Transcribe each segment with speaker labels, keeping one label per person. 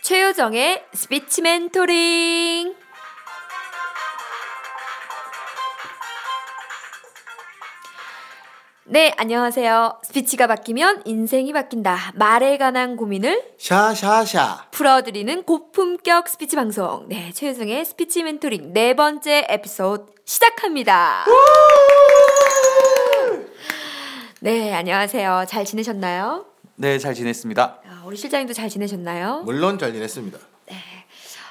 Speaker 1: 서효정의 스피치 멘토링. 네, 안녕하세요. 스피치가 바뀌면 인생이 바뀐다. 말에 관한 고민을
Speaker 2: 샤샤샤.
Speaker 1: 풀어드리는 고품격 스피치 방송. 네, 최유승의 스피치 멘토링 네 번째 에피소드 시작합니다. 네, 안녕하세요. 잘 지내셨나요?
Speaker 3: 네, 잘 지냈습니다.
Speaker 1: 아, 우리 실장님도 잘 지내셨나요?
Speaker 2: 물론 잘 지냈습니다.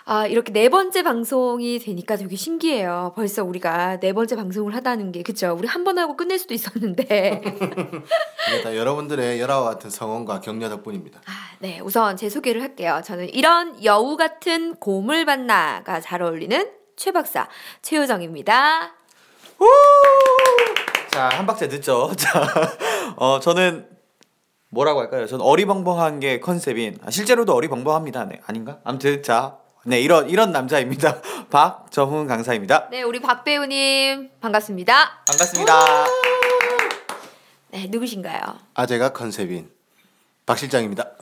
Speaker 1: 아, 이렇게 네 번째 방송이 되니까 되게 신기해요. 벌써 우리가 네 번째 방송을 하다는 게, 그쵸? 우리 한 번 하고 끝낼 수도 있었는데.
Speaker 2: 이게 다 여러분들의 열화와 같은 성원과 격려 덕분입니다.
Speaker 1: 아, 네, 우선 제 소개를 할게요. 저는 이런 여우 같은 곰을 만나가 잘 어울리는 최 박사 최효정입니다.
Speaker 3: 자, 한 박자 늦죠. 자, 어, 저는 뭐라고 할까요? 저는 어리벙벙한 게 컨셉인 아, 실제로도 어리벙벙합니다. 네, 아닌가? 아무튼 자, 네 이런 이런 남자입니다. 박정훈 강사입니다.
Speaker 1: 네, 우리 박 배우님 반갑습니다.
Speaker 3: 반갑습니다.
Speaker 1: 네, 누구신가요?
Speaker 2: 아재가 컨셉인 박 실장입니다.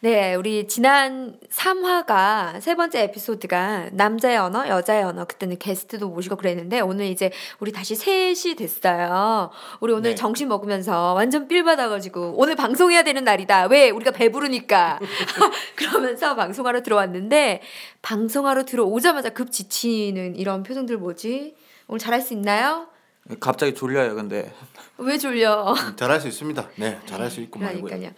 Speaker 1: 네, 우리 지난 3화가 세 번째 에피소드가 남자의 언어, 여자의 언어 그때는 게스트도 모시고 그랬는데 오늘 이제 우리 다시 셋이 됐어요. 우리 오늘
Speaker 2: 네.
Speaker 1: 정신 먹으면서 완전 삘 받아가지고 오늘 방송해야 되는 날이다. 왜 우리가 배부르니까 그러면서 방송하러 들어왔는데 방송하러 들어오자마자 급 지치는 이런 표정들 뭐지? 오늘 잘할 수 있나요?
Speaker 3: 갑자기 졸려요, 근데.
Speaker 1: 왜 졸려?
Speaker 2: 음, 잘할 수 있습니다. 네, 잘할 수 있고 말고요.
Speaker 1: 그러니까요.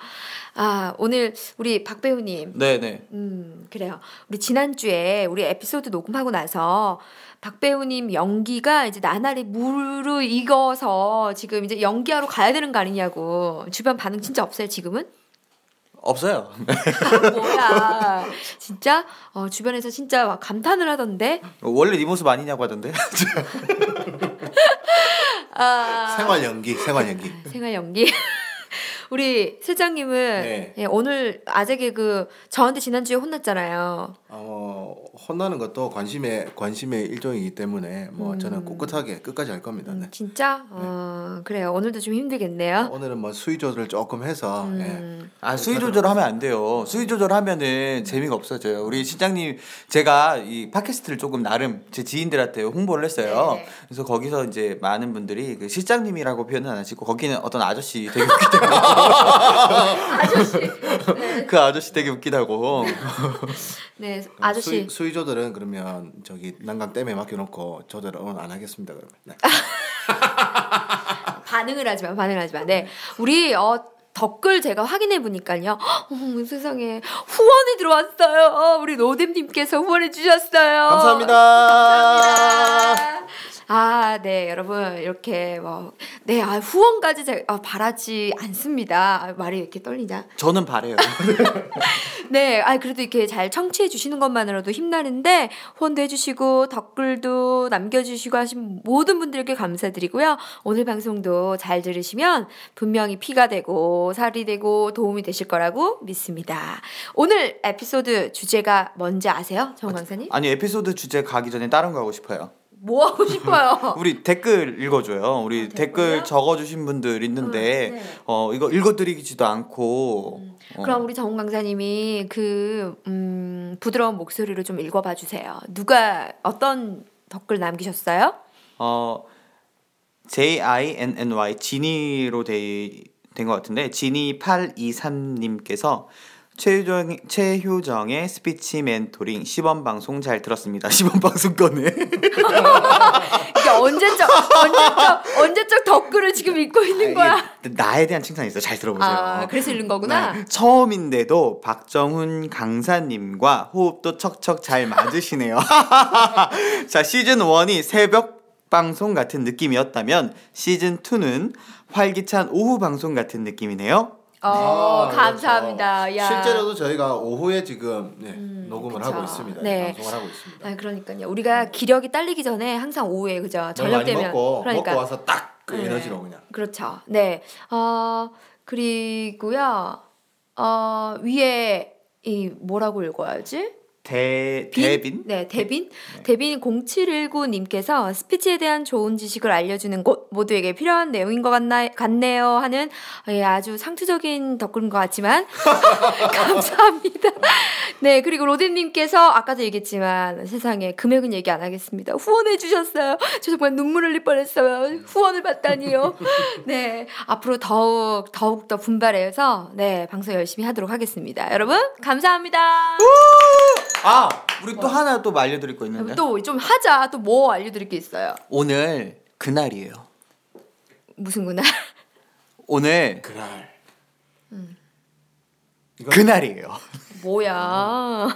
Speaker 1: 아 오늘 우리 박 배우님
Speaker 3: 네, 네.
Speaker 1: 음, 그래요. 우리 지난주에 우리 에피소드 녹음하고 나서 박 배우님 연기가 이제 나날이 무르익어서 지금 이제 연기하러 가야 되는 거 아니냐고. 주변 반응 진짜 없어요, 지금은? 아,
Speaker 3: 없어요.
Speaker 1: 뭐야. 진짜? 어, 주변에서 진짜 막 감탄을 하던데.
Speaker 3: 원래 이 모습 아니냐고 하던데.
Speaker 1: 아,
Speaker 2: 생활 연기, 생활 연기.
Speaker 1: 생활 연기. 우리 실장님은
Speaker 2: 네.
Speaker 1: 예, 오늘 아재 개그 저한테 지난주에 혼났잖아요.
Speaker 2: 어, 혼나는 것도 관심의 관심의 일종이기 때문에 뭐 저는 꿋꿋하게 끝까지 할 겁니다. 네.
Speaker 1: 음, 진짜? 어, 그래요. 오늘도 좀 힘들겠네요.
Speaker 2: 오늘은 뭐 수위 조절을 조금 해서 예.
Speaker 1: 음.
Speaker 3: 아 수위 조절하면 안 돼요. 수위 조절하면은 재미가 없어져요. 우리 실장님 제가 이 팟캐스트를 조금 나름 제 지인들한테 홍보를 했어요.
Speaker 1: 네네.
Speaker 3: 그래서 거기서 이제 많은 분들이 그 실장님이라고 표현은 안 하시고 거기는 어떤 아저씨 되게 웃기다고
Speaker 1: 아저씨. 어,
Speaker 3: 그 아저씨 되게 웃기다고.
Speaker 1: 네, 아저씨.
Speaker 2: 수위, 수위 조절은 그러면 저기 난강 댐에 맡겨놓고 조절은 안 하겠습니다. 그러면 네.
Speaker 1: 반응을 하지 마, 반응을 하지 마. 네. 우리, 어, 댓글 제가 확인해 보니까요. 어머, 세상에. 후원이 들어왔어요. 우리 노뎀님께서 후원해 주셨어요.
Speaker 2: 감사합니다.
Speaker 1: 아, 네, 여러분 이렇게 뭐, 네, 아, 후원까지 제가 아, 바라지 않습니다. 아, 말이 왜 이렇게 떨리냐?
Speaker 3: 저는 바래요.
Speaker 1: 네, 아 그래도 이렇게 잘 청취해 주시는 것만으로도 힘나는데 후원도 해주시고 댓글도 남겨주시고 하신 모든 분들께 감사드리고요. 오늘 방송도 잘 들으시면 분명히 피가 되고 살이 되고 도움이 되실 거라고 믿습니다. 오늘 에피소드 주제가 뭔지 아세요, 정 강사님?
Speaker 3: 아니 에피소드 주제 가기 전에 다른 거 하고 싶어요.
Speaker 1: 뭐 하고 싶어요? 아,
Speaker 3: 우리 댓글 읽어줘요. 우리
Speaker 1: 댓글요?
Speaker 3: 댓글 적어주신 분들 있는데
Speaker 1: 음, 네. 음.
Speaker 3: 어 이거 읽어드리지도 않고 어,
Speaker 1: 그럼 우리 정훈 강사님이 그 음, 부드러운 목소리로 좀 읽어봐 주세요. 누가 어떤 댓글 남기셨어요?
Speaker 3: 어 J I N N Y 지니로 된것 같은데 지니 823님께서 최효정 최효정의 스피치 멘토링 시범 방송 잘 들었습니다. 시범 방송 거네.
Speaker 1: 이게 언제적 언제적 언제적 덧글을 지금 읽고
Speaker 2: 아,
Speaker 1: 있는 거야.
Speaker 3: 이게 나에 대한 칭찬이 있어. 잘 들어보세요.
Speaker 1: 아 그래서 읽는 거구나.
Speaker 3: 네. 처음인데도 박정훈 강사님과 호흡도 척척 잘 맞으시네요. 자, 시즌 1이 새벽 방송 같은 느낌이었다면 시즌 2는 활기찬 오후 방송 같은 느낌이네요.
Speaker 1: 어
Speaker 2: 아,
Speaker 1: 감사합니다.
Speaker 2: 그렇죠.
Speaker 1: 야.
Speaker 2: 실제로도 저희가 오후에 지금 네, 녹음을
Speaker 1: 그쵸.
Speaker 2: 하고 있습니다.
Speaker 1: 네.
Speaker 2: 방송을 하고 있습니다.
Speaker 1: 아 그러니까요. 우리가 기력이 딸리기 전에 항상 오후에 그죠
Speaker 2: 뭘 많이
Speaker 1: 아, 저녁되면
Speaker 2: 먹고
Speaker 1: 그러니까
Speaker 2: 먹고 와서 딱그
Speaker 1: 네.
Speaker 2: 에너지로 그냥.
Speaker 1: 그렇죠. 네. 어 그리고요. 어 위에 이 뭐라고 읽어야지?
Speaker 3: 대
Speaker 1: 빈?
Speaker 3: 대빈?
Speaker 1: 네, 대빈. 대빈 0719님께서 스피치에 대한 좋은 지식을 알려주는 곳 모두에게 필요한 내용인 것 같나, 같네요 하는 예, 아주 상투적인 덧글인 것 같지만 감사합니다. 네, 그리고 로딘님께서 아까도 얘기했지만 세상에 금액은 얘기 안 하겠습니다. 후원해 주셨어요. 저 정말 눈물 흘릴 뻔했어요. 후원을 받다니요. 네, 앞으로 더욱 더욱 더 분발해서 네 방송 열심히 하도록 하겠습니다. 여러분 감사합니다.
Speaker 3: 아 우리 또 하나 또 알려드릴 거 있는데
Speaker 1: 또 좀 하자. 또 뭐 알려드릴 게 있어요.
Speaker 3: 오늘 그날이에요.
Speaker 1: 무슨 구나?
Speaker 3: 오늘
Speaker 2: 그날
Speaker 3: 그날이에요.
Speaker 1: 뭐야?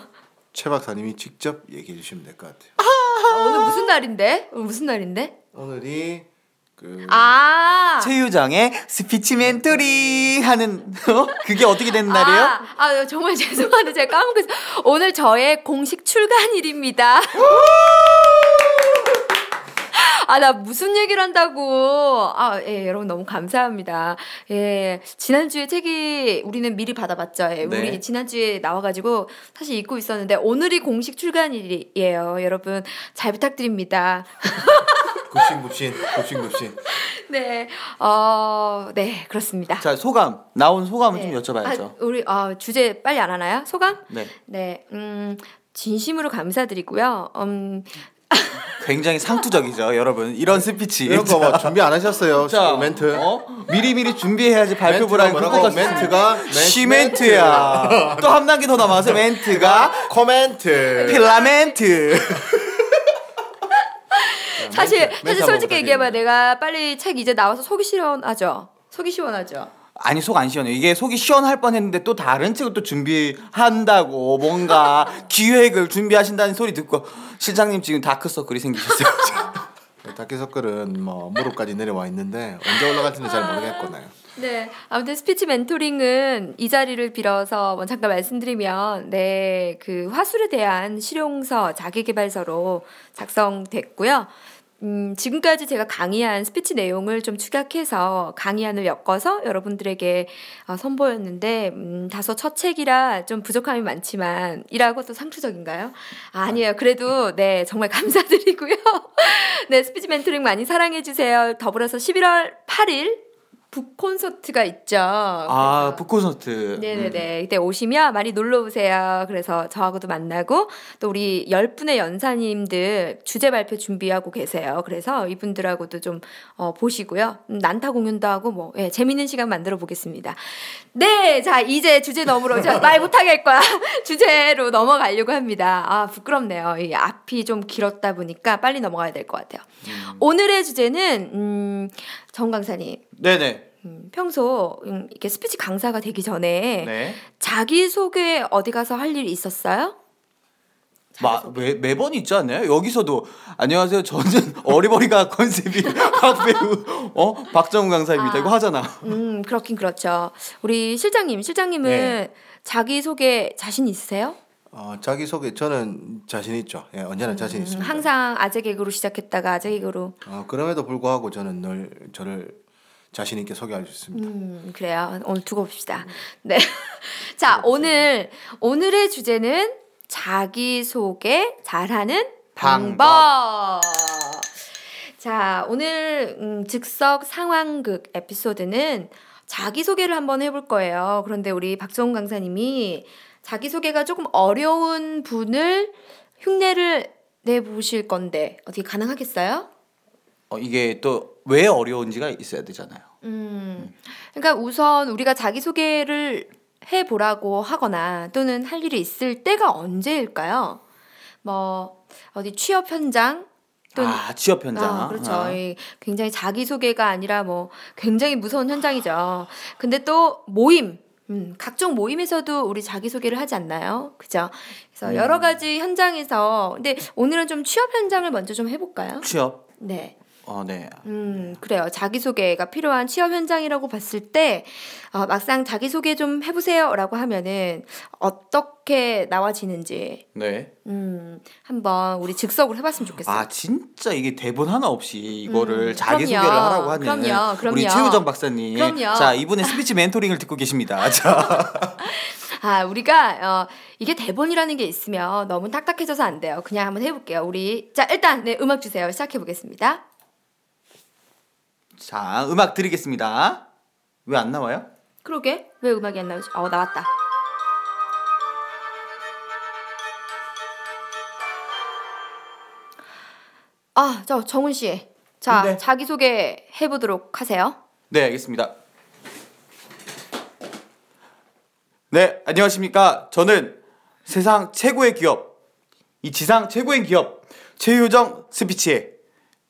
Speaker 2: 최 박사님이 직접 얘기해 주시면 될 것 같아요.
Speaker 1: 오늘 무슨 날인데? 오늘 무슨 날인데?
Speaker 2: 오늘이 그
Speaker 1: 아.
Speaker 3: 최유정의 스피치 멘토리 하는 어? 그게 어떻게 된 날이에요?
Speaker 1: 아, 아, 정말 죄송한데 제가 까먹고 있어. 오늘 저의 공식 출간일입니다. 아, 나 무슨 얘기를 한다고. 아, 예, 여러분 너무 감사합니다. 예, 지난주에 책이 우리는 미리 받아봤죠. 예,
Speaker 3: 네.
Speaker 1: 우리 지난주에 나와가지고 사실 읽고 있었는데 오늘이 공식 출간일이에요. 여러분 잘 부탁드립니다.
Speaker 2: 굽신굽신 굽신굽신
Speaker 1: 네, 어, 네, 그렇습니다.
Speaker 3: 자 소감 나온 소감을
Speaker 1: 네.
Speaker 3: 어, 좀 여쭤봐야죠.
Speaker 1: 아, 우리 아, 주제 빨리 안 하나요? 소감?
Speaker 3: 네,
Speaker 1: 네, 음, 진심으로 감사드리고요. 음,
Speaker 3: 굉장히 상투적이죠, 여러분. 이런 스피치.
Speaker 2: 이런 거 뭐 준비 안 하셨어요?
Speaker 3: 자,
Speaker 2: 멘트
Speaker 3: 어? 미리미리 준비해야지 발표보라는
Speaker 2: 멘트가
Speaker 3: 그거가
Speaker 2: 뭐라고? 멘트가 멘-
Speaker 3: 시멘트야. 또 한 단계 더 남아서 멘트가 네.
Speaker 2: 코멘트
Speaker 3: 필라멘트. 네,
Speaker 1: 사실
Speaker 2: 멘트
Speaker 1: 사실
Speaker 2: 한번
Speaker 1: 솔직히 얘기해봐. 내가 빨리 책 이제 나와서 속이 시원하죠. 속이 시원하죠.
Speaker 3: 아니 속 안 시원해. 이게 속이 시원할 뻔했는데 또 다른 책을 또 준비한다고 뭔가 기획을 준비하신다는 소리 듣고 실장님 지금 다크서클이 생기셨어요.
Speaker 2: 다큐서클은 네, 뭐 무릎까지 내려와 있는데 언제 올라갈지는 잘 모르겠거나요.
Speaker 1: 네, 아무튼 스피치 멘토링은 이 자리를 빌어서 뭐 잠깐 말씀드리면 네 그 화술에 대한 실용서 자기개발서로 작성됐고요. 음, 지금까지 제가 강의한 스피치 내용을 좀 축약해서 강의안을 엮어서 여러분들에게 어, 선보였는데 음, 다소 첫 책이라 좀 부족함이 많지만 이라고 또 상투적인가요? 아, 아니에요. 그래도 네 정말 감사드리고요. 네 스피치 멘토링 많이 사랑해 주세요. 더불어서 11월 8일 북 콘서트가 있죠.
Speaker 3: 아
Speaker 1: 그래서-
Speaker 3: 북콘서트.
Speaker 1: 네네네. 이때 오시면 많이 놀러 오세요. 그래서 저하고도 만나고 또 우리 열 분의 연사님들 주제 발표 준비하고 계세요. 그래서 이분들하고도 좀 어, 보시고요. 음, 난타 공연도 하고 뭐 예, 재밌는 시간 만들어 보겠습니다. 네, 자 이제 주제 넘으로 제가 말 못하게 할 거야. 주제로 넘어가려고 합니다. 아 부끄럽네요. 이 앞이 좀 길었다 보니까 빨리 넘어가야 될 것 같아요. 오늘의 주제는 음, 정 강사님.
Speaker 3: 네네.
Speaker 1: 음, 평소 음, 이렇게 스피치 강사가 되기 전에
Speaker 3: 네.
Speaker 1: 자기 소개 어디 가서 할 일이 있었어요?
Speaker 3: 마, 매, 매번 있지 않나요? 여기서도 안녕하세요. 저는 어리버리가 컨셉이 박배우 어 박정우 강사입니다.
Speaker 1: 아.
Speaker 3: 이거 하잖아.
Speaker 1: 음 그렇긴 그렇죠. 우리 실장님 실장님은
Speaker 3: 네.
Speaker 1: 자기 소개 자신 있으세요?
Speaker 2: 어, 자기 소개 저는 자신 있죠. 예, 언제나 자신
Speaker 1: 음,
Speaker 2: 있습니다.
Speaker 1: 항상 아재 개그로 시작했다가 아재 개그로
Speaker 2: 어, 그럼에도 불구하고 저는 늘 저를 자신 있게 소개할 수 있습니다. 음.
Speaker 1: 음 그래요. 오늘 두고 봅시다. 네. 자 오늘 오늘의 주제는 자기 소개 잘하는 방법.
Speaker 3: 방법.
Speaker 1: 자 오늘 음, 즉석 상황극 에피소드는 자기 소개를 한번 해볼 거예요. 그런데 우리 박정훈 강사님이 자기 소개가 조금 어려운 분을 흉내를 내 보실 건데 어떻게 가능하겠어요?
Speaker 3: 어, 이게 또 왜 어려운지가 있어야 되잖아요.
Speaker 1: 음. 그러니까 우선 우리가 자기소개를 해 보라고 하거나 또는 할 일이 있을 때가 언제일까요? 뭐 어디 취업 현장 또는
Speaker 3: 아 취업 현장.
Speaker 1: 아, 그렇죠.
Speaker 3: 아.
Speaker 1: 이 굉장히 자기소개가 아니라 뭐 굉장히 무서운 현장이죠. 근데 또 모임 음, 각종 모임에서도 우리 자기소개를 하지 않나요? 그죠?
Speaker 3: 음.
Speaker 1: 그래서 여러 가지 현장에서 근데 오늘은 좀 취업 현장을 먼저 좀 해볼까요?
Speaker 3: 취업.
Speaker 1: 네.
Speaker 3: 어, 네.
Speaker 1: 음, 그래요. 자기소개가 필요한 취업 현장이라고 봤을 때, 어, 막상 자기소개 좀 해보세요. 라고 하면은, 어떻게 나와지는지,
Speaker 3: 네.
Speaker 1: 음, 한번 우리 즉석으로 해봤으면 좋겠어요.
Speaker 3: 아, 진짜 이게 대본 하나 없이 이거를
Speaker 1: 음,
Speaker 3: 자기 소개를
Speaker 1: 그럼요.
Speaker 3: 하라고 하는
Speaker 1: 그럼요, 그럼요.
Speaker 3: 우리 최우정 박사님.
Speaker 1: 그럼요.
Speaker 3: 자, 이분의 스피치 멘토링을 듣고 계십니다. 자.
Speaker 1: 아, 우리가, 어, 이게 대본이라는 게 있으면 너무 딱딱해져서 안 돼요. 그냥 한번 해볼게요. 우리, 자, 일단, 네, 음악 주세요. 시작해보겠습니다.
Speaker 3: 자, 음악 드리겠습니다. 왜 안 나와요?
Speaker 1: 그러게, 왜 음악이 안 나오지? 어, 나왔다. 아, 저 정훈 씨. 자,
Speaker 3: 네.
Speaker 1: 자기소개 해보도록 하세요.
Speaker 3: 네, 알겠습니다. 네, 안녕하십니까. 저는 세상 최고의 기업, 이 지상 최고의 기업, 최유정 스피치에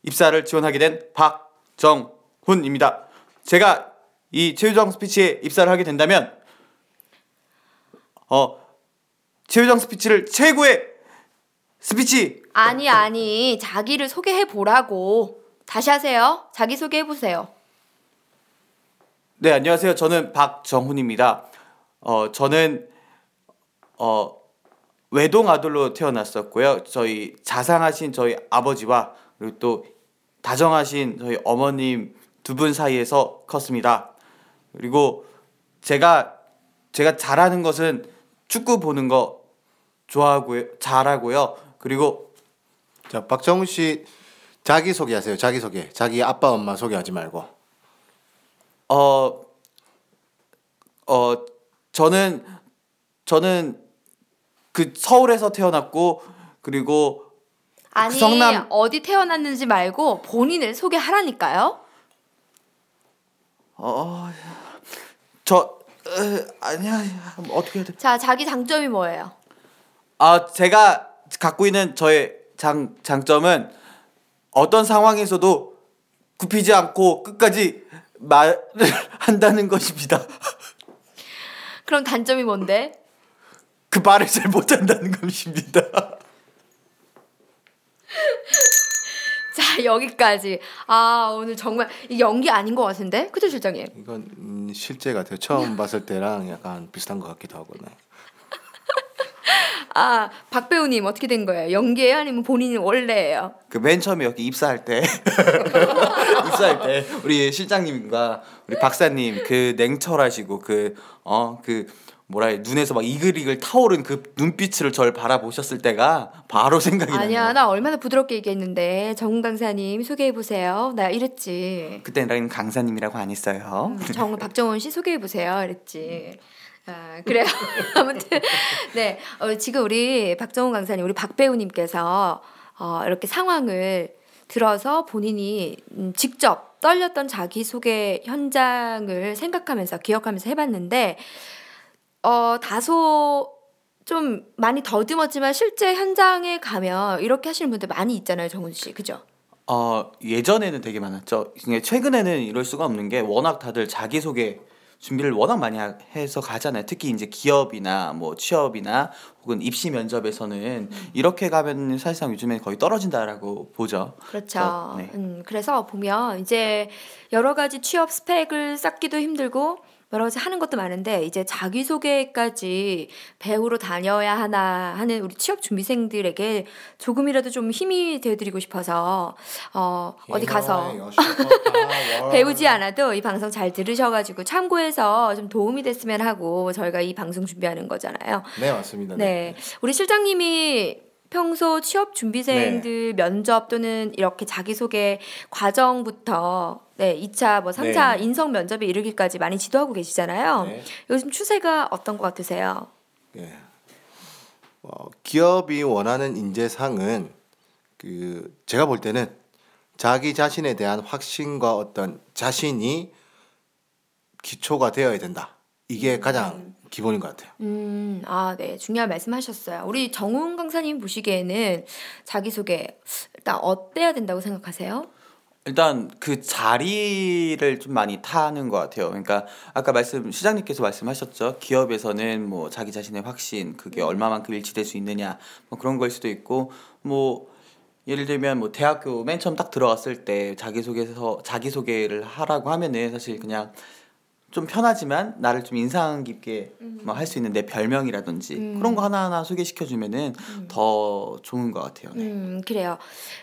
Speaker 3: 입사를 지원하게 된 박정훈입니다. 제가 이 최유정 스피치에 입사를 하게 된다면, 어, 최유정 스피치를 최고의 스피치!
Speaker 1: 아니, 아니, 자기를 소개해보라고. 다시 하세요. 자기소개 해보세요.
Speaker 3: 네, 안녕하세요. 저는 박정훈입니다. 어, 저는 어, 외동 아들로 태어났었고요. 저희 자상하신 저희 아버지와 그리고 또 다정하신 저희 어머님 두 분 사이에서 컸습니다. 그리고 제가 제가 잘하는 것은 축구 보는 거 좋아하고요. 잘하고요. 그리고
Speaker 2: 자 박정훈 씨 자기 소개하세요. 자기 소개. 자기 아빠 엄마 소개하지 말고.
Speaker 3: 어, 어, 저는 저는 그 서울에서 태어났고 그리고
Speaker 1: 아니,
Speaker 3: 그 성남-
Speaker 1: 어디 태어났는지 말고 본인을 소개하라니까요.
Speaker 3: 저 으, 아니야 아니야. 뭐 어떻게 해야 돼?
Speaker 1: 자, 자기 장점이 뭐예요?
Speaker 3: 아 제가 갖고 있는 저의 장 장점은 어떤 상황에서도 굽히지 않고 끝까지 말을 한다는 것입니다.
Speaker 1: 그럼 단점이 뭔데?
Speaker 3: 그 말을 잘 못한다는 것입니다.
Speaker 1: 자 여기까지 아 오늘 정말 이 연기 아닌 것 같은데 그죠 실장님
Speaker 2: 이건 음, 실제 같아요. 처음 봤을 때랑 약간 비슷한 것 같기도 하고. 네.
Speaker 1: 아 박배우님 어떻게 된 거예요 연기예요 아니면 본인이 원래예요
Speaker 3: 그 맨 처음에 여기 입사할 때 입사할 때 우리 실장님과 우리 박사님 그 냉철하시고 그 어 그 뭐라 해 눈에서 막 이글이글 타오른 그 눈빛을 절 바라보셨을 때가 바로 생각이
Speaker 1: 아니야
Speaker 3: 나요.
Speaker 1: 나 얼마나 부드럽게 얘기했는데 정훈 강사님 소개해 보세요 나 이랬지
Speaker 3: 그때 나는 강사님이라고 안 했어요.
Speaker 1: 정훈 박정원 씨 소개해 보세요 이랬지 아 그래요 아무튼 네 어, 지금 우리 박정훈 강사님 우리 박배우님께서 어, 이렇게 상황을 들어서 본인이 음, 직접 떨렸던 자기소개 현장을 생각하면서 기억하면서 해봤는데 어, 다소 좀 많이 더듬었지만 실제 현장에 가면 이렇게 하시는 분들 많이 있잖아요, 정훈 씨. 그죠?
Speaker 3: 어 예전에는 되게 많았죠. 근데 최근에는 이럴 수가 없는 게 워낙 다들 자기 소개 준비를 워낙 많이 하- 해서 가잖아요. 특히 이제 기업이나 뭐 취업이나 혹은 입시 면접에서는 이렇게 가면 사실상 요즘에 거의 떨어진다라고 보죠.
Speaker 1: 그렇죠.
Speaker 3: 어, 네.
Speaker 1: 음, 그래서 보면 이제 여러 가지 취업 스펙을 쌓기도 힘들고 여러 가지 하는 것도 많은데 이제 자기소개까지 배우로 다녀야 하나 하는 우리 취업 준비생들에게 조금이라도 좀 힘이 되어드리고 싶어서 어,
Speaker 2: 예,
Speaker 1: 어디 가서
Speaker 2: 아,
Speaker 1: 배우지 않아도 이 방송 잘 들으셔가지고 참고해서 좀 도움이 됐으면 하고 저희가 이 방송 준비하는 거잖아요.
Speaker 2: 네 맞습니다.
Speaker 1: 네, 우리 실장님이 평소 취업
Speaker 2: 네.
Speaker 1: 준비생들 면접 또는 이렇게 자기소개 과정부터 네, 2차 뭐 3차
Speaker 2: 네.
Speaker 1: 인성 면접에 이르기까지 많이 지도하고 계시잖아요.
Speaker 2: 네.
Speaker 1: 요즘 추세가 어떤 것 같으세요?
Speaker 2: 예. 어, 기업이 원하는 인재상은 그 제가 볼 때는 자기 자신에 대한 확신과 어떤 자신이 기초가 되어야 된다. 이게 가장 기본인 것 같아요.
Speaker 1: 음, 아, 네. 중요한 말씀하셨어요. 우리 정훈 강사님 보시기에는 자기소개 일단 어때야 된다고 생각하세요?
Speaker 3: 일단 그 자리를 좀 많이 타는 것 같아요. 그러니까 아까 말씀 시장님께서 말씀하셨죠. 기업에서는 뭐 자기
Speaker 1: 음.
Speaker 3: 자신의 확신 그게 얼마만큼 일치될 수 있느냐 뭐 그런 걸 수도 있고 뭐 예를 들면 뭐 대학교 맨 처음 딱 들어왔을 때 자기소개서 자기소개를 하라고 하면은 사실 그냥 좀 편하지만 나를 좀 인상 깊게 뭐 할 수 있는 내 별명이라든지
Speaker 1: 음.
Speaker 3: 그런 거 하나하나 소개시켜 주면은 더 좋은 것 같아요. 네.
Speaker 1: 음, 그래요.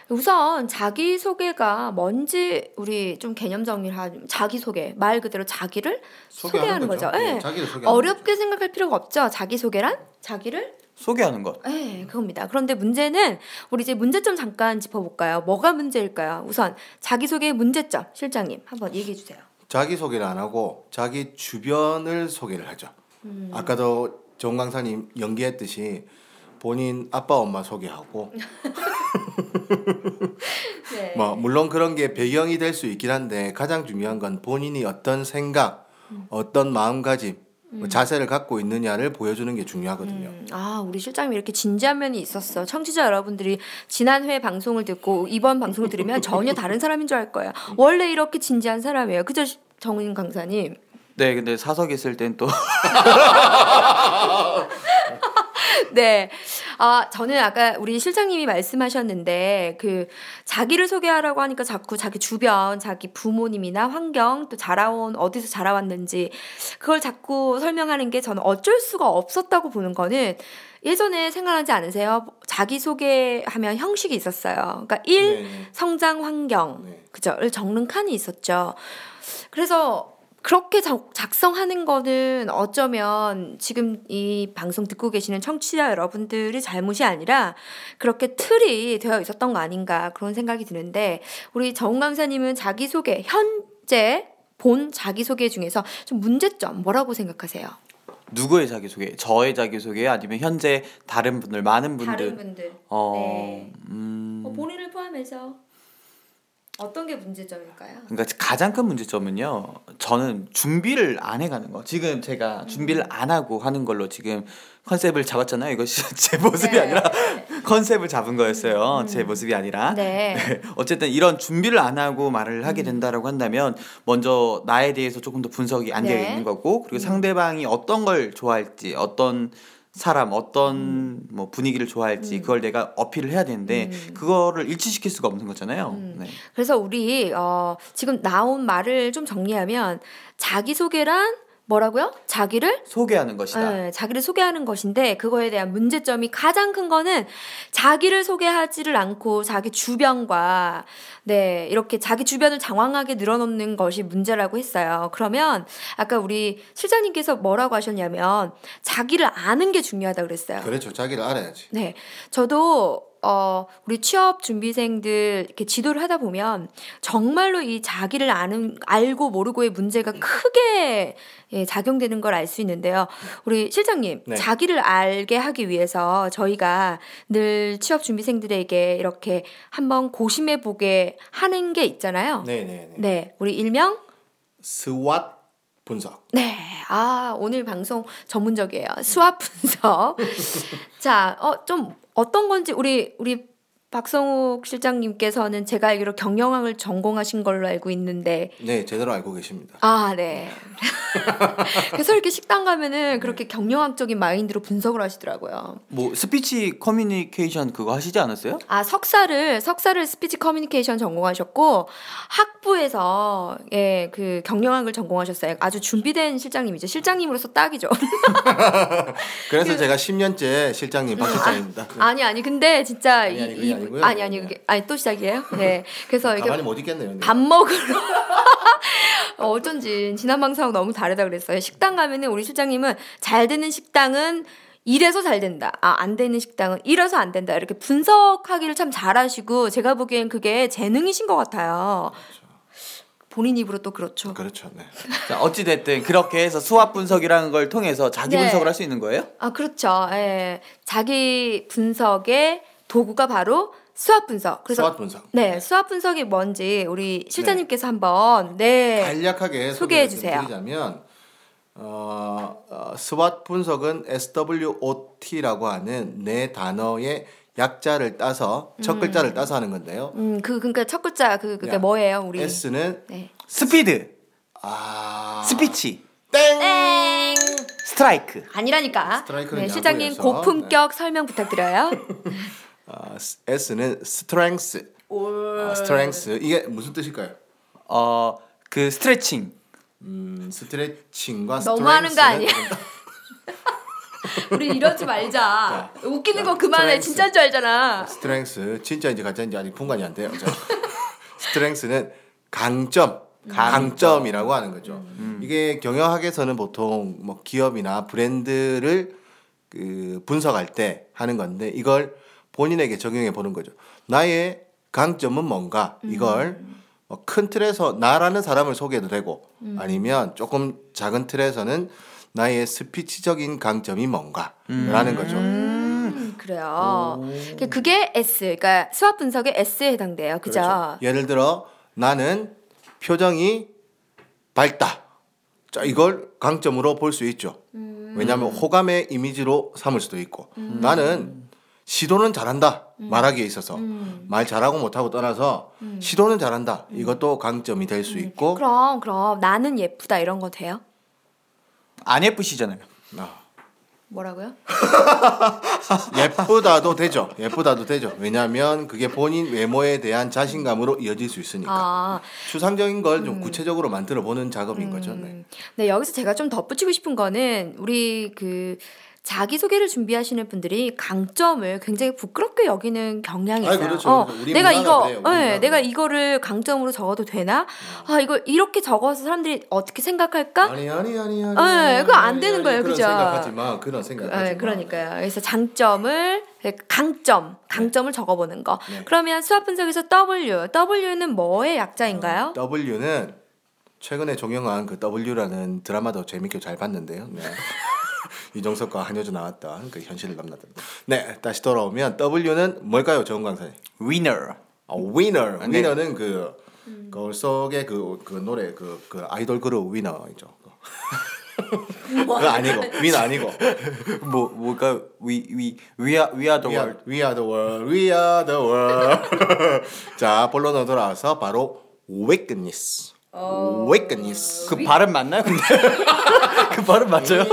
Speaker 1: 우선 자기소개가 뭔지 우리 좀 개념 정리를 하면 자기소개. 말 그대로 자기를 소개하는, 거죠. 예.
Speaker 2: 네, 자기를 소개.
Speaker 1: 어렵게 생각할 필요가 없죠. 자기소개란 자기를
Speaker 3: 소개하는 것.
Speaker 1: 예, 그겁니다. 그런데 문제는 우리 이제 문제점 잠깐 짚어 볼까요? 뭐가 문제일까요? 우선 자기소개의 문제점 실장님 한번 얘기해 주세요.
Speaker 2: 자기 소개를 안 하고 자기 주변을 소개를 하죠.
Speaker 1: 음.
Speaker 2: 아까도 정 강사님 연기했듯이 본인 아빠 엄마 소개하고
Speaker 1: 네.
Speaker 2: 뭐 물론 그런 게 배경이 될 수 있긴 한데 가장 중요한 건 본인이 어떤 생각, 어떤 마음가짐, 뭐 자세를 갖고 있느냐를 보여주는 게 중요하거든요.
Speaker 1: 음, 아, 우리 실장님 이렇게 진지한 면이 있었어. 청취자 여러분들이 지난 회 방송을 듣고 이번 방송을 들으면 전혀 다른 사람인 줄 알 거예요. 원래 이렇게 진지한 사람이에요. 그죠, 정은 강사님?
Speaker 3: 네, 근데 사석에 있을 땐 또
Speaker 1: 네. 아, 저는 아까 우리 실장님이 말씀하셨는데 그 자기를 소개하라고 하니까 자꾸 자기 주변, 자기 부모님이나 환경 또 자라온 어디서 자라왔는지 그걸 자꾸 설명하는 게 저는 어쩔 수가 없었다고 보는 거는 예전에 생각하지 않으세요? 자기 소개하면 형식이 있었어요. 그러니까 1
Speaker 2: 네.
Speaker 1: 성장 환경
Speaker 2: 네.
Speaker 1: 그죠?를 적는 칸이 있었죠. 그래서 그렇게 적- 작성하는 거는 어쩌면 지금 이 방송 듣고 계시는 청취자 여러분들이 잘못이 아니라 그렇게 틀이 되어 있었던 거 아닌가 그런 생각이 드는데 우리 정 강사님은 자기소개 현재 본 자기소개 중에서 좀 문제점 뭐라고 생각하세요?
Speaker 3: 누구의 자기소개? 저의 자기소개 아니면 현재 다른 분들 많은 분들
Speaker 1: 분들
Speaker 3: 어,
Speaker 1: 네.
Speaker 3: 음,
Speaker 1: 본인을 포함해서 어떤 게 문제점일까요?
Speaker 3: 그러니까 가장 큰 문제점은요. 저는 준비를 안 해가는 거. 지금 제가 준비를 안 하고 하는 걸로 지금 컨셉을 잡았잖아요. 이거 제 모습이
Speaker 1: 네.
Speaker 3: 아니라 컨셉을 잡은 거였어요. 제 모습이 아니라.
Speaker 1: 네.
Speaker 3: 어쨌든 이런 준비를 안 하고 말을
Speaker 1: 음.
Speaker 3: 하게 된다라고 한다면 먼저 나에 대해서 조금 더 분석이 안 되어
Speaker 1: 네.
Speaker 3: 있는 거고 그리고 상대방이 어떤 걸 좋아할지 어떤 사람 어떤
Speaker 1: 음.
Speaker 3: 뭐 분위기를 좋아할지 그걸 내가 어필을 해야 되는데 그거를 일치시킬 수가 없는 거잖아요.
Speaker 1: 음.
Speaker 3: 네.
Speaker 1: 그래서 우리 어, 지금 나온 말을 좀 정리하면 자기 소개란 뭐라고요? 자기를
Speaker 3: 소개하는 것이다.
Speaker 1: 예, 자기를 소개하는 것인데 그거에 대한 문제점이 가장 큰 거는 자기를 소개하지를 않고 자기 주변과 네 이렇게 자기 주변을 장황하게 늘어놓는 것이 문제라고 했어요. 그러면 아까 우리 실장님께서 뭐라고 하셨냐면 자기를 아는 게 중요하다 그랬어요.
Speaker 2: 그렇죠. 자기를 알아야지.
Speaker 1: 네. 저도 어, 우리 취업 준비생들 이렇게 지도를 하다 보면 정말로 이 자기를 아는 알고 모르고의 문제가
Speaker 2: 음.
Speaker 1: 크게 예, 작용되는 걸 알 수 있는데요. 우리 실장님,
Speaker 2: 네.
Speaker 1: 자기를 알게 하기 위해서 저희가 늘 취업 준비생들에게 이렇게 한번 고심해 보게 하는 게 있잖아요.
Speaker 2: 네, 네, 네.
Speaker 1: 네. 우리 일명
Speaker 2: 스왓 분석.
Speaker 1: 네. 아, 오늘 방송 전문적이에요. 수학 분석. 자, 어, 좀 어떤 건지 우리 우리 박성욱 실장님께서는 제가 알기로 경영학을 전공하신 걸로 알고 있는데
Speaker 2: 네, 제대로 알고 계십니다.
Speaker 1: 아, 네. 그래서 이렇게 식당 가면은 그렇게 경영학적인 마인드로 분석을 하시더라고요.
Speaker 3: 뭐 스피치 커뮤니케이션 그거 하시지 않았어요?
Speaker 1: 아, 석사를 석사를 스피치 커뮤니케이션 전공하셨고 학부에서 예, 그 경영학을 전공하셨어요. 아주 준비된 실장님이죠. 실장님으로서 딱이죠.
Speaker 2: 그래서 제가 10년째 실장님
Speaker 1: 아,
Speaker 2: 박 실장입니다.
Speaker 1: 아니 아니 근데 진짜
Speaker 2: 네. 아니, 아니, 그게
Speaker 1: 이, 이
Speaker 2: 아니고요.
Speaker 1: 아니 아니 그게 아니 또 시작이에요. 네. 그래서
Speaker 2: 가만히
Speaker 1: 이게
Speaker 2: 못 있겠네요. 근데.
Speaker 1: 밥 먹으러 어, 어쩐지 지난 방송하고 너무 다르다 그랬어요. 식당 가면은 우리 실장님은 잘 되는 식당은 이래서 잘 된다. 아, 안 되는 식당은 이래서 안 된다. 이렇게 분석하기를 참 잘하시고 제가 보기엔 그게 재능이신 것 같아요. 본인 입으로 또 그렇죠.
Speaker 2: 그렇죠. 네.
Speaker 3: 자, 어찌 됐든 그렇게 해서 수학 분석이라는 걸 통해서 자기
Speaker 1: 네.
Speaker 3: 분석을 할 수 있는 거예요?
Speaker 1: 아, 그렇죠. 예. 자기 분석의 도구가 바로 수학 분석. 그래서
Speaker 2: 스왓 분석.
Speaker 1: 네, 수학 분석이 뭔지 우리
Speaker 2: 네.
Speaker 1: 실장님께서 한번 네. 소개해
Speaker 2: 간략하게 소개해
Speaker 1: 주세요.
Speaker 2: 드리자면 어, 어, 스왓 분석은 SWOT라고 하는 네 단어의 약자를 따서 첫 글자를 따서 하는 건데요.
Speaker 1: 음, 그 그러니까 첫 글자 그 그게
Speaker 2: 야.
Speaker 1: 뭐예요, 우리?
Speaker 2: S는
Speaker 1: 네.
Speaker 3: 스피드,
Speaker 2: 아
Speaker 3: 스피치,
Speaker 2: 땡.
Speaker 1: 땡.
Speaker 3: 스트라이크.
Speaker 1: 아니라니까.
Speaker 2: 스트라이크는
Speaker 1: 네, 실장님
Speaker 2: 야구에서.
Speaker 1: 고품격 설명 부탁드려요.
Speaker 2: 어, S는 strength.
Speaker 1: 음.
Speaker 2: 어, strength 이게 무슨 뜻일까요?
Speaker 3: 어 그 스트레칭
Speaker 2: 음, 스트레칭과
Speaker 1: 너무하는 거 아니야?
Speaker 2: strength는
Speaker 1: 우리 이러지 말자. 웃기는 거 그만해.
Speaker 2: 네. 스트레스.
Speaker 1: 진짜인 줄 알잖아.
Speaker 2: 스트렝스 진짜인지 가짜인지 아직 분간이 안 돼요. 스트렝스는 강점, 강점. 이라고 하는 거죠. 이게 경영학에서는 보통 뭐 기업이나 브랜드를 그 분석할 때 하는 건데 이걸 본인에게 적용해 보는 거죠. 나의 강점은 뭔가 이걸 뭐큰 틀에서 나라는 사람을 소개해도 되고 아니면 조금 작은 틀에서는 나의 스피치적인 강점이 뭔가라는 거죠.
Speaker 1: 음, 그래요. 그게 S, 그러니까 수학 분석의 S에 해당돼요. 그죠?
Speaker 2: 그렇죠. 예를 들어 나는 표정이 밝다. 자, 이걸 강점으로 볼 수 있죠.
Speaker 1: 음.
Speaker 2: 왜냐하면 호감의 이미지로 삼을 수도 있고 나는 시도는 잘한다
Speaker 1: 음.
Speaker 2: 말하기에 있어서 말 잘하고 못하고 떠나서 시도는 잘한다 이것도 강점이 될 수 있고
Speaker 1: 음. 그럼 그럼 나는 예쁘다 이런 거 돼요?
Speaker 3: 안 예쁘시잖아요.
Speaker 2: 아,
Speaker 1: 뭐라고요?
Speaker 2: 예쁘다도 되죠 예쁘다도 되죠 왜냐하면 그게 본인 외모에 대한 자신감으로 이어질 수 있으니까
Speaker 1: 아, 음.
Speaker 2: 추상적인 걸 좀 구체적으로 만들어 보는 작업인 거죠 네.
Speaker 1: 네 여기서 제가 좀 덧붙이고 싶은 거는 우리 그 자기 소개를 준비하시는 분들이 강점을 굉장히 부끄럽게 여기는 경향이
Speaker 2: 아이,
Speaker 1: 있어요.
Speaker 2: 그렇죠.
Speaker 1: 어,
Speaker 2: 우리
Speaker 1: 내가
Speaker 2: 문화가
Speaker 1: 이거,
Speaker 2: 그래요,
Speaker 1: 예,
Speaker 2: 우리 문화가.
Speaker 1: 내가 이거를 강점으로 적어도 되나? 아 이거 이렇게 적어서 사람들이 어떻게 생각할까?
Speaker 2: 아니 아니 아니 아니.
Speaker 1: 예,
Speaker 2: 아니,
Speaker 1: 그거 안
Speaker 2: 아니,
Speaker 1: 되는
Speaker 2: 아니,
Speaker 1: 거예요,
Speaker 2: 그런
Speaker 1: 그죠?
Speaker 2: 생각하지 마. 그런 생각하지
Speaker 1: 네,
Speaker 2: 마.
Speaker 1: 그러니까요. 그래서 장점을 네, 강점, 강점을 적어보는 거.
Speaker 2: 네.
Speaker 1: 그러면 수학 분석에서 W, W는 뭐의 약자인가요?
Speaker 2: W는 최근에 종영한 그 W라는 드라마도 재밌게 잘 봤는데요. 네. 이정석과 한효주 나왔던 그 현실을 담았던. 네, 다시 돌아오면 W는 뭘까요, 정은 강사님?
Speaker 3: Winner.
Speaker 2: 아, 위너. 위너는 그
Speaker 1: 음.
Speaker 2: 거울 속의 그, 그 노래 그, 그 아이돌 그룹 위너이죠.
Speaker 1: 음.
Speaker 2: 그거 아니고 위너 아니고
Speaker 3: 뭐 뭐가 we we we are we are the
Speaker 2: We are,
Speaker 3: world.
Speaker 2: we are the world. We are the world. 자, 본론으로 돌아와서 바로 weakness.
Speaker 1: 어.
Speaker 2: weakness.
Speaker 3: 그 발음 맞나요? 근데 그 발음 맞아요?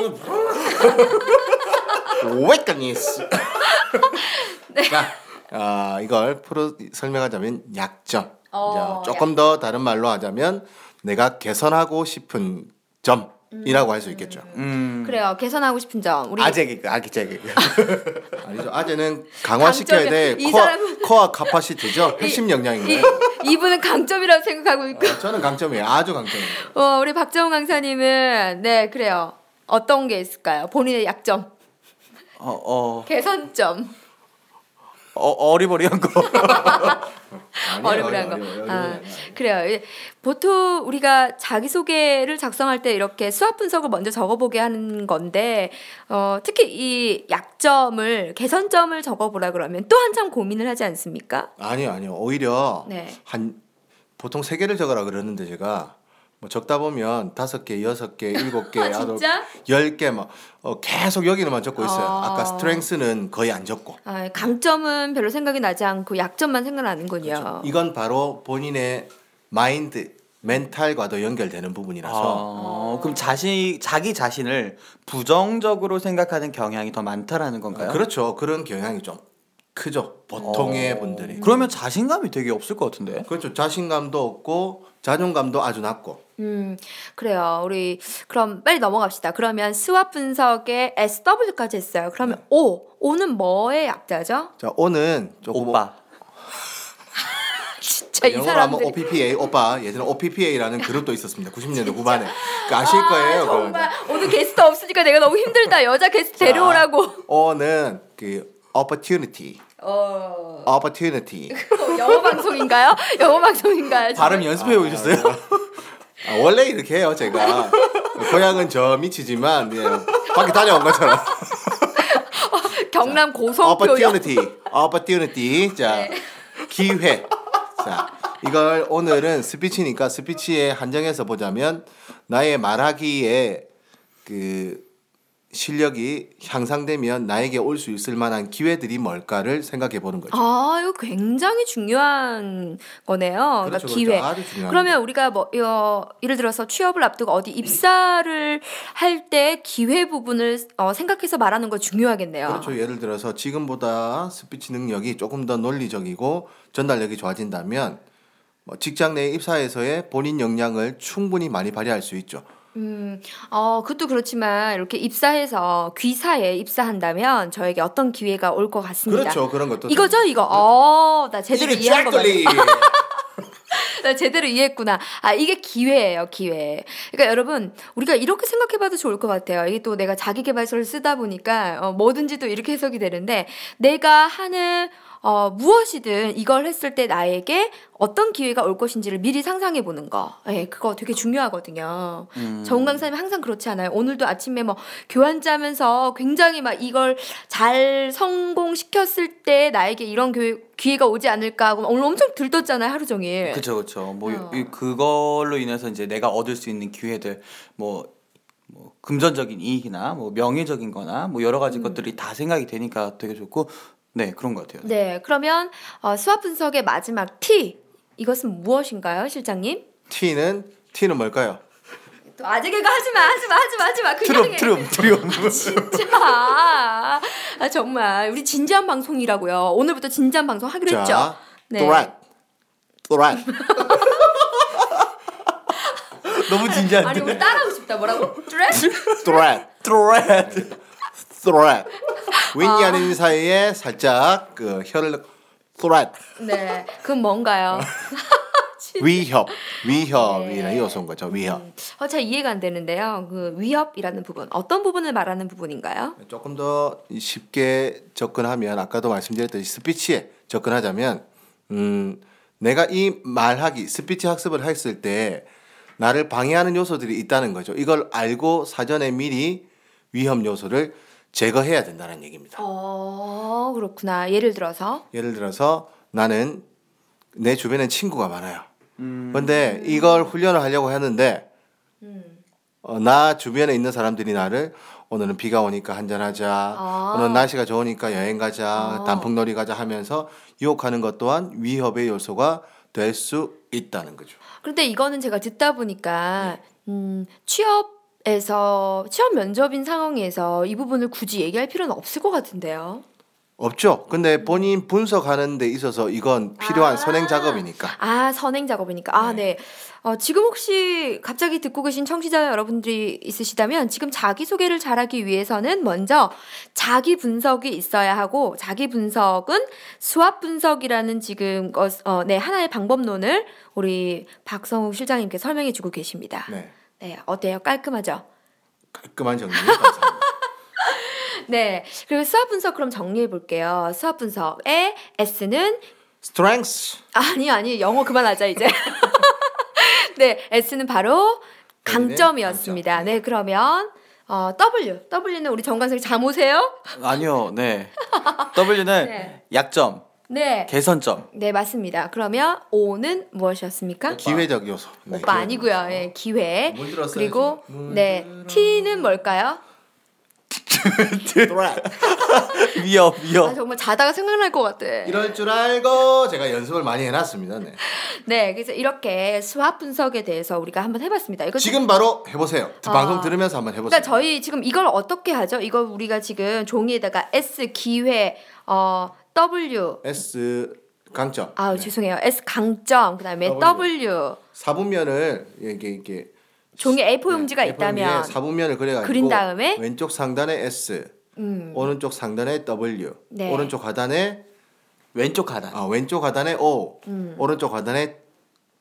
Speaker 2: weakness. 네. 자, 아, 이걸 풀어 설명하자면 약점.
Speaker 1: 어,
Speaker 2: 자, 조금 더 다른 말로 하자면 내가 개선하고 싶은
Speaker 1: 음.
Speaker 2: 점이라고 할 수 있겠죠. 음.
Speaker 1: 그래요. 개선하고 싶은 점. 우리
Speaker 3: 아재 개그 아기 재그.
Speaker 2: 아니죠. 아재는 강화시켜야 돼.
Speaker 1: 강점이- 이
Speaker 2: 코어,
Speaker 1: 사람은-
Speaker 2: 코어 카파시티죠. 핵심 역량인 거예요.
Speaker 1: 이, 이분은 강점이라고 생각하고 있고,
Speaker 2: 아, 저는 강점이에요. 아주 강점이에요.
Speaker 1: 어, 우리 박정훈 강사님은 네 그래요. 어떤 게 있을까요? 본인의 약점,
Speaker 3: 어어
Speaker 1: 개선점.
Speaker 3: 어, 어리버리한 거.
Speaker 2: 아니에요,
Speaker 1: 어려운 거.
Speaker 2: 어려워요, 어려워요,
Speaker 1: 아,
Speaker 2: 어려워요.
Speaker 1: 그래요. 예, 보통 우리가 자기소개를 작성할 때 이렇게 수학 분석을 먼저 적어보게 하는 건데 어, 특히 이 약점을 개선점을 적어보라 그러면 또 한참 고민을 하지 않습니까?
Speaker 2: 아니요, 아니요. 오히려
Speaker 1: 네.
Speaker 2: 한 보통 세 개를 적으라 그러는데 제가 뭐 적다 보면 다섯 개, 여섯 개, 일곱 개,
Speaker 1: 아, 진짜?
Speaker 2: 열개막 어, 계속 여기는만 적고 있어요.
Speaker 1: 아.
Speaker 2: 아까 스트렝스는 거의 안 적고.
Speaker 1: 아, 강점은 별로 생각이 나지 않고 약점만 생각나는군요.
Speaker 2: 이건 바로 본인의 마인드, 멘탈과도 연결되는 부분이라서
Speaker 3: 아, 그럼 자신 자기 자신을 부정적으로 생각하는 경향이 더 많다라는 건가요?
Speaker 2: 그렇죠. 그런 경향이 좀 크죠. 보통의
Speaker 3: 어.
Speaker 2: 분들이.
Speaker 3: 그러면 자신감이 되게 없을 것 같은데.
Speaker 2: 그렇죠. 자신감도 없고 자존감도 아주 낮고.
Speaker 1: 음, 그래요. 우리 그럼 빨리 넘어갑시다. 그러면 수학 분석에 SW까지 했어요. 그러면 O, O는 뭐의 약자죠?
Speaker 2: 자, 오늘 조금
Speaker 3: 오빠.
Speaker 1: 진짜 이
Speaker 2: 영어로 하면
Speaker 1: 사람들이
Speaker 2: OPPA 오빠 예전에 OPPA라는 그룹도 있었습니다. 90년대 후반에 그 아실
Speaker 1: 아,
Speaker 2: 거예요. 그거는.
Speaker 1: 정말 오늘 게스트 없으니까 내가 너무 힘들다. 여자 게스트 데려오라고.
Speaker 2: O는 아, 그 opportunity,
Speaker 1: 어.
Speaker 2: opportunity.
Speaker 1: 영어 방송인가요? 영어 방송인가요? 지금?
Speaker 3: 발음 연습해 오셨어요?
Speaker 2: 아, 원래 이렇게 해요 제가. 고향은 저 밑이지만 예, 밖에 다녀온 것처럼
Speaker 1: 경남
Speaker 2: 아,
Speaker 1: 고성표 영.
Speaker 2: opportunity, opportunity. 자
Speaker 1: 네.
Speaker 2: 기회. 자 이걸 오늘은 스피치니까 스피치에 한정해서 보자면 나의 말하기에 그 실력이 향상되면 나에게 올 수 있을 만한 기회들이 뭘까를 생각해 보는 거죠.
Speaker 1: 아, 이거 굉장히 중요한 거네요. 그러니까
Speaker 2: 그렇죠, 그렇죠.
Speaker 1: 기회.
Speaker 2: 아주 중요합니다.
Speaker 1: 그러면 우리가 뭐 어, 예를 들어서 취업을 앞두고 어디
Speaker 2: 음.
Speaker 1: 입사를 할 때 기회 부분을 어, 생각해서 말하는 거 중요하겠네요.
Speaker 2: 그렇죠. 예를 들어서 지금보다 스피치 능력이 조금 더 논리적이고 전달력이 좋아진다면 뭐 직장 내 입사에서의 본인 역량을 충분히 많이 발휘할 수 있죠.
Speaker 1: 음, 어, 그것도 그렇지만 이렇게 입사해서 귀사에 입사한다면 저에게 어떤 기회가 올 것 같습니다.
Speaker 2: 그렇죠. 그런 것도
Speaker 1: 이거죠, 이거. 어, 나 제대로 이해한 거 맞아. 나 제대로 이해했구나. 아, 이게 기회예요, 기회. 그러니까 여러분, 우리가 이렇게 생각해봐도 좋을 것 같아요. 이게 또 내가 자기 개발서를 쓰다 보니까 어, 뭐든지 또 이렇게 해석이 되는데, 내가 하는 어, 무엇이든 이걸 했을 때 나에게 어떤 기회가 올 것인지를 미리 상상해 보는 거. 예, 그거 되게 중요하거든요. 정은 강사님 항상 그렇지 않아요. 오늘도 아침에 뭐 교환자면서 굉장히 막 이걸 잘 성공시켰을 때 나에게 이런 교회, 기회가 오지 않을까 하고 막 오늘 엄청 들떴잖아요, 하루 종일.
Speaker 3: 그쵸 그쵸 뭐
Speaker 1: 예. 어.
Speaker 3: 이- 그걸로 인해서 이제 내가 얻을 수 있는 기회들 뭐, 뭐 금전적인 이익이나 뭐 명예적인거나 뭐 여러
Speaker 1: 음.
Speaker 3: 가지 것들이 다 생각이 되니까 되게 좋고 네 그런 것 같아요.
Speaker 1: 네, 그러면 어, 수학 분석의 마지막 T 이것은 무엇인가요, 실장님?
Speaker 2: T는 T는 뭘까요?
Speaker 1: 또 아재 개그 하지 마, 하지 마, 하지 마, 하지 마. 그냥
Speaker 3: 트럼
Speaker 1: 해.
Speaker 3: 트럼 트럼
Speaker 1: 진짜. 아, 정말 우리 진지한 방송이라고요. 오늘부터 진지한 방송 하기로 했죠. 네.
Speaker 2: 자, 또란, 또란.
Speaker 3: 너무
Speaker 1: 아니
Speaker 3: 진지한데
Speaker 1: 우리 따라하고 싶다. 뭐라고? 드레?
Speaker 2: threat,
Speaker 3: 트럼
Speaker 2: threat. 윙이 아닌 사이에 살짝 그 혀를 threat,
Speaker 1: 네, 그건 뭔가요?
Speaker 2: 위협, 위협이라는 요소인 거죠. 위협.
Speaker 1: 어, 잘 이해가 안 되는데요. 그 위협이라는 부분 어떤 부분을 말하는 부분인가요?
Speaker 2: 조금 더 쉽게 접근하면 아까도 말씀드렸듯이 스피치에 접근하자면 음 내가 이 말하기 스피치 학습을 했을 때 나를 방해하는 요소들이 있다는 거죠. 이걸 알고 사전에 미리 위험 요소를 제거해야 된다는 얘기입니다.
Speaker 1: 어, 그렇구나. 예를 들어서
Speaker 2: 예를 들어서 나는 내 주변에 친구가 많아요. 근데 이걸 훈련을 하려고 했는데
Speaker 1: 음.
Speaker 2: 어, 나 주변에 있는 사람들이 나를 오늘은 비가 오니까 한잔하자,
Speaker 1: 아.
Speaker 2: 오늘 날씨가 좋으니까 여행 가자,
Speaker 1: 아.
Speaker 2: 단풍놀이 가자 하면서 유혹하는 것 또한 위협의 요소가 될 수 있다는 거죠.
Speaker 1: 그런데 이거는 제가 듣다 보니까 음, 취업에서 취업 면접인 상황에서 이 부분을 굳이 얘기할 필요는 없을 것 같은데요.
Speaker 2: 없죠. 근데 본인 분석하는 데 있어서 이건 필요한
Speaker 1: 음. 아.
Speaker 2: 선행 작업이니까.
Speaker 1: 아 선행 작업이니까 아 네. 어, 지금 혹시 갑자기 듣고 계신 청취자 여러분들이 있으시다면 지금 자기 소개를 잘하기 위해서는 먼저 자기 분석이 있어야 하고 자기 분석은 수학 분석이라는 지금 것, 어, 네 하나의 방법론을 우리 박성욱 실장님께 설명해주고 계십니다.
Speaker 2: 네.
Speaker 1: 네 어때요 깔끔하죠?
Speaker 2: 깔끔한 정리. 감사합니다.
Speaker 1: 네. 그리고 수학 분석 그럼 정리해 볼게요. 수학 분석의 S는
Speaker 2: Strengths.
Speaker 1: 아니 아니 영어 그만하자 이제. 네, S는 바로
Speaker 2: 네.
Speaker 1: 강점이었습니다. 네, 그러면 어, W. W는 우리 정관석 잠 오세요?
Speaker 3: 아니요 네 W는
Speaker 1: 네.
Speaker 3: 약점
Speaker 1: 네.
Speaker 3: 개선점
Speaker 1: 네, 맞습니다. 그러면 O는 무엇이었습니까?
Speaker 2: 기회적 요소. 네,
Speaker 1: 오빠
Speaker 2: 기회적
Speaker 1: 아니고요. 예, 기회.
Speaker 2: 뭘 들었어요,
Speaker 1: 그리고
Speaker 2: 지금? 음. 뭘
Speaker 1: 네, T는 뭘까요?
Speaker 2: Threat.
Speaker 3: 위협
Speaker 1: 아,
Speaker 3: 위협
Speaker 1: 정말 자다가 생각날 것 같아.
Speaker 2: 이럴 줄 알고 제가 연습을 많이 해놨습니다. 네.
Speaker 1: 네, 그래서 이렇게 수학 분석에 대해서 우리가 한번 해 봤습니다. 이거
Speaker 2: 지금 바로 해보세요.
Speaker 1: 아.
Speaker 2: 방송 들으면서 한번 해보세요.
Speaker 1: 그러니까 저희 지금 이걸 어떻게 하죠? 이거 우리가 지금 종이에다가 S 기회 어 W
Speaker 2: S 강점.
Speaker 1: 아
Speaker 2: 네.
Speaker 1: 죄송해요 S 강점 그다음에 W,
Speaker 2: W. 사분면을 이렇게 이렇게
Speaker 1: 종이 A4 용지가
Speaker 2: 네,
Speaker 1: 있다면
Speaker 2: A4 용지에 사분면을 그려가지고
Speaker 1: 그린 다음에
Speaker 2: 왼쪽 상단에 S,
Speaker 1: 음
Speaker 2: 오른쪽 상단에 W,
Speaker 1: 네.
Speaker 2: 오른쪽 하단에
Speaker 3: 왼쪽 하단
Speaker 2: 아, 왼쪽 하단에 O,
Speaker 1: 음.
Speaker 2: 오른쪽 하단에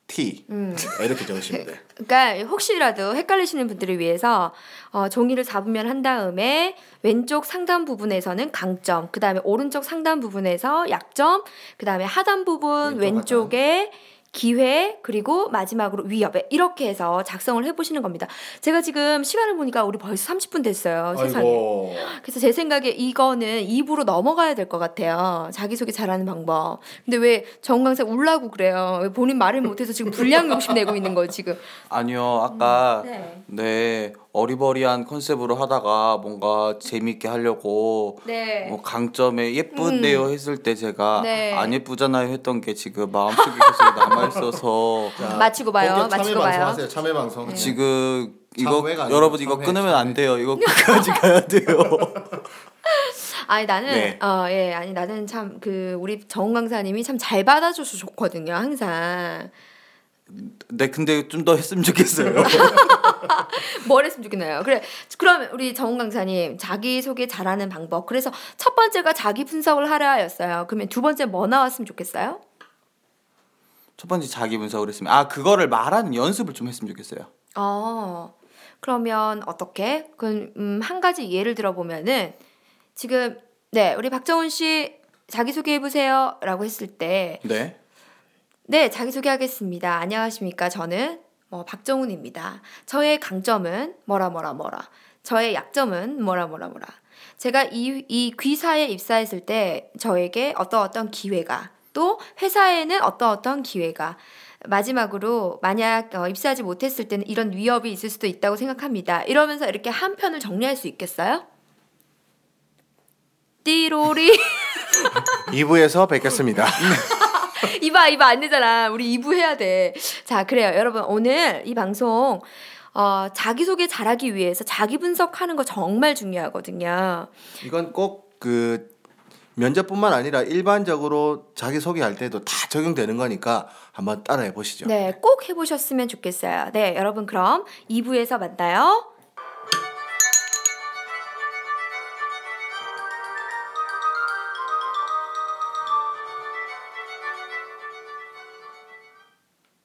Speaker 2: T 네, 이렇게 적으시면 돼요.
Speaker 1: 그러니까 혹시라도 헷갈리시는 분들을 위해서 어, 종이를 잡으면 한 다음에 왼쪽 상단 부분에서는 강점, 그 다음에 오른쪽 상단 부분에서 약점, 그 다음에 하단 부분
Speaker 2: 왼쪽
Speaker 1: 왼쪽에 기회 그리고 마지막으로 위협에 이렇게 해서 작성을 해보시는 겁니다. 제가 지금 시간을 보니까 우리 벌써 30분 됐어요. 세상에.
Speaker 2: 아이고.
Speaker 1: 그래서 제 생각에 이거는 2부로 넘어가야 될 것 같아요. 자기소개 잘하는 방법. 근데 왜 정강사 울라고 그래요? 왜 음, 본인 말을 못해서 지금 불량 욕심 내고 있는 거예요, 지금?
Speaker 3: 아니요 아까
Speaker 1: 네.
Speaker 3: 네 어리버리한 컨셉으로 하다가 뭔가 재밌게 하려고
Speaker 1: 네. 음.
Speaker 3: 뭐 강점에 예쁘네요 했을 때 제가
Speaker 1: 네.
Speaker 3: 안 예쁘잖아요 했던 게 지금 마음속에 계속 남아 있어서
Speaker 1: 마치고 봐요,
Speaker 2: 본격
Speaker 1: 마치고
Speaker 2: 참여
Speaker 1: 봐요. 네.
Speaker 2: 방송하세요. 참여 방송.
Speaker 3: 지금 이거
Speaker 2: 참회가 아니고
Speaker 3: 여러분 이거
Speaker 2: 참회,
Speaker 3: 끊으면
Speaker 2: 참회.
Speaker 3: 안 돼요. 이거 끝까지 가야 돼요.
Speaker 1: 아니 나는
Speaker 3: 네.
Speaker 1: 어 예 아니 나는 참 그 우리 정은 강사님이 참 잘 받아줘서 좋거든요 항상
Speaker 3: 네, 근데 좀 더 했으면 좋겠어요.
Speaker 1: 뭘 했으면 좋겠나요? 그래 그럼 우리 정은 강사님 자기 소개 잘하는 방법 그래서 첫 번째가 자기 분석을 하라였어요. 그러면 두 번째 뭐 나왔으면 좋겠어요?
Speaker 3: 첫 번째 자기 분석을 했으면 아 그거를 말하는 연습을 좀 했으면 좋겠어요.
Speaker 1: 어 그러면 어떻게? 음, 그한 가지 예를 들어보면은 지금 네 우리 박정훈 씨 자기 소개해 보세요라고 했을 때
Speaker 3: 네.
Speaker 1: 네, 자기소개하겠습니다. 안녕하십니까. 저는 뭐 박정훈입니다. 저의 강점은 뭐라 뭐라 뭐라. 저의 약점은 뭐라 뭐라 뭐라. 제가 이, 이 귀사에 입사했을 때 저에게 어떤 어떤 기회가 또 회사에는 어떤 어떤 기회가 마지막으로 만약 어, 입사하지 못했을 때는 이런 위협이 있을 수도 있다고 생각합니다. 이러면서 이렇게 한 편을 정리할 수 있겠어요? 띠로리
Speaker 2: 2부에서 뵙겠습니다.
Speaker 1: 이봐 이봐 안 되잖아. 우리 2부 해야 돼. 자 그래요 여러분 오늘 이 방송 어, 자기소개 잘하기 위해서 자기 분석하는 거 정말 중요하거든요.
Speaker 2: 이건 꼭 그 면접뿐만 아니라 일반적으로 자기 소개할 때도 다 적용되는 거니까 한번 따라해 보시죠.
Speaker 1: 네 꼭 해보셨으면 좋겠어요. 네 여러분 그럼 2부에서 만나요.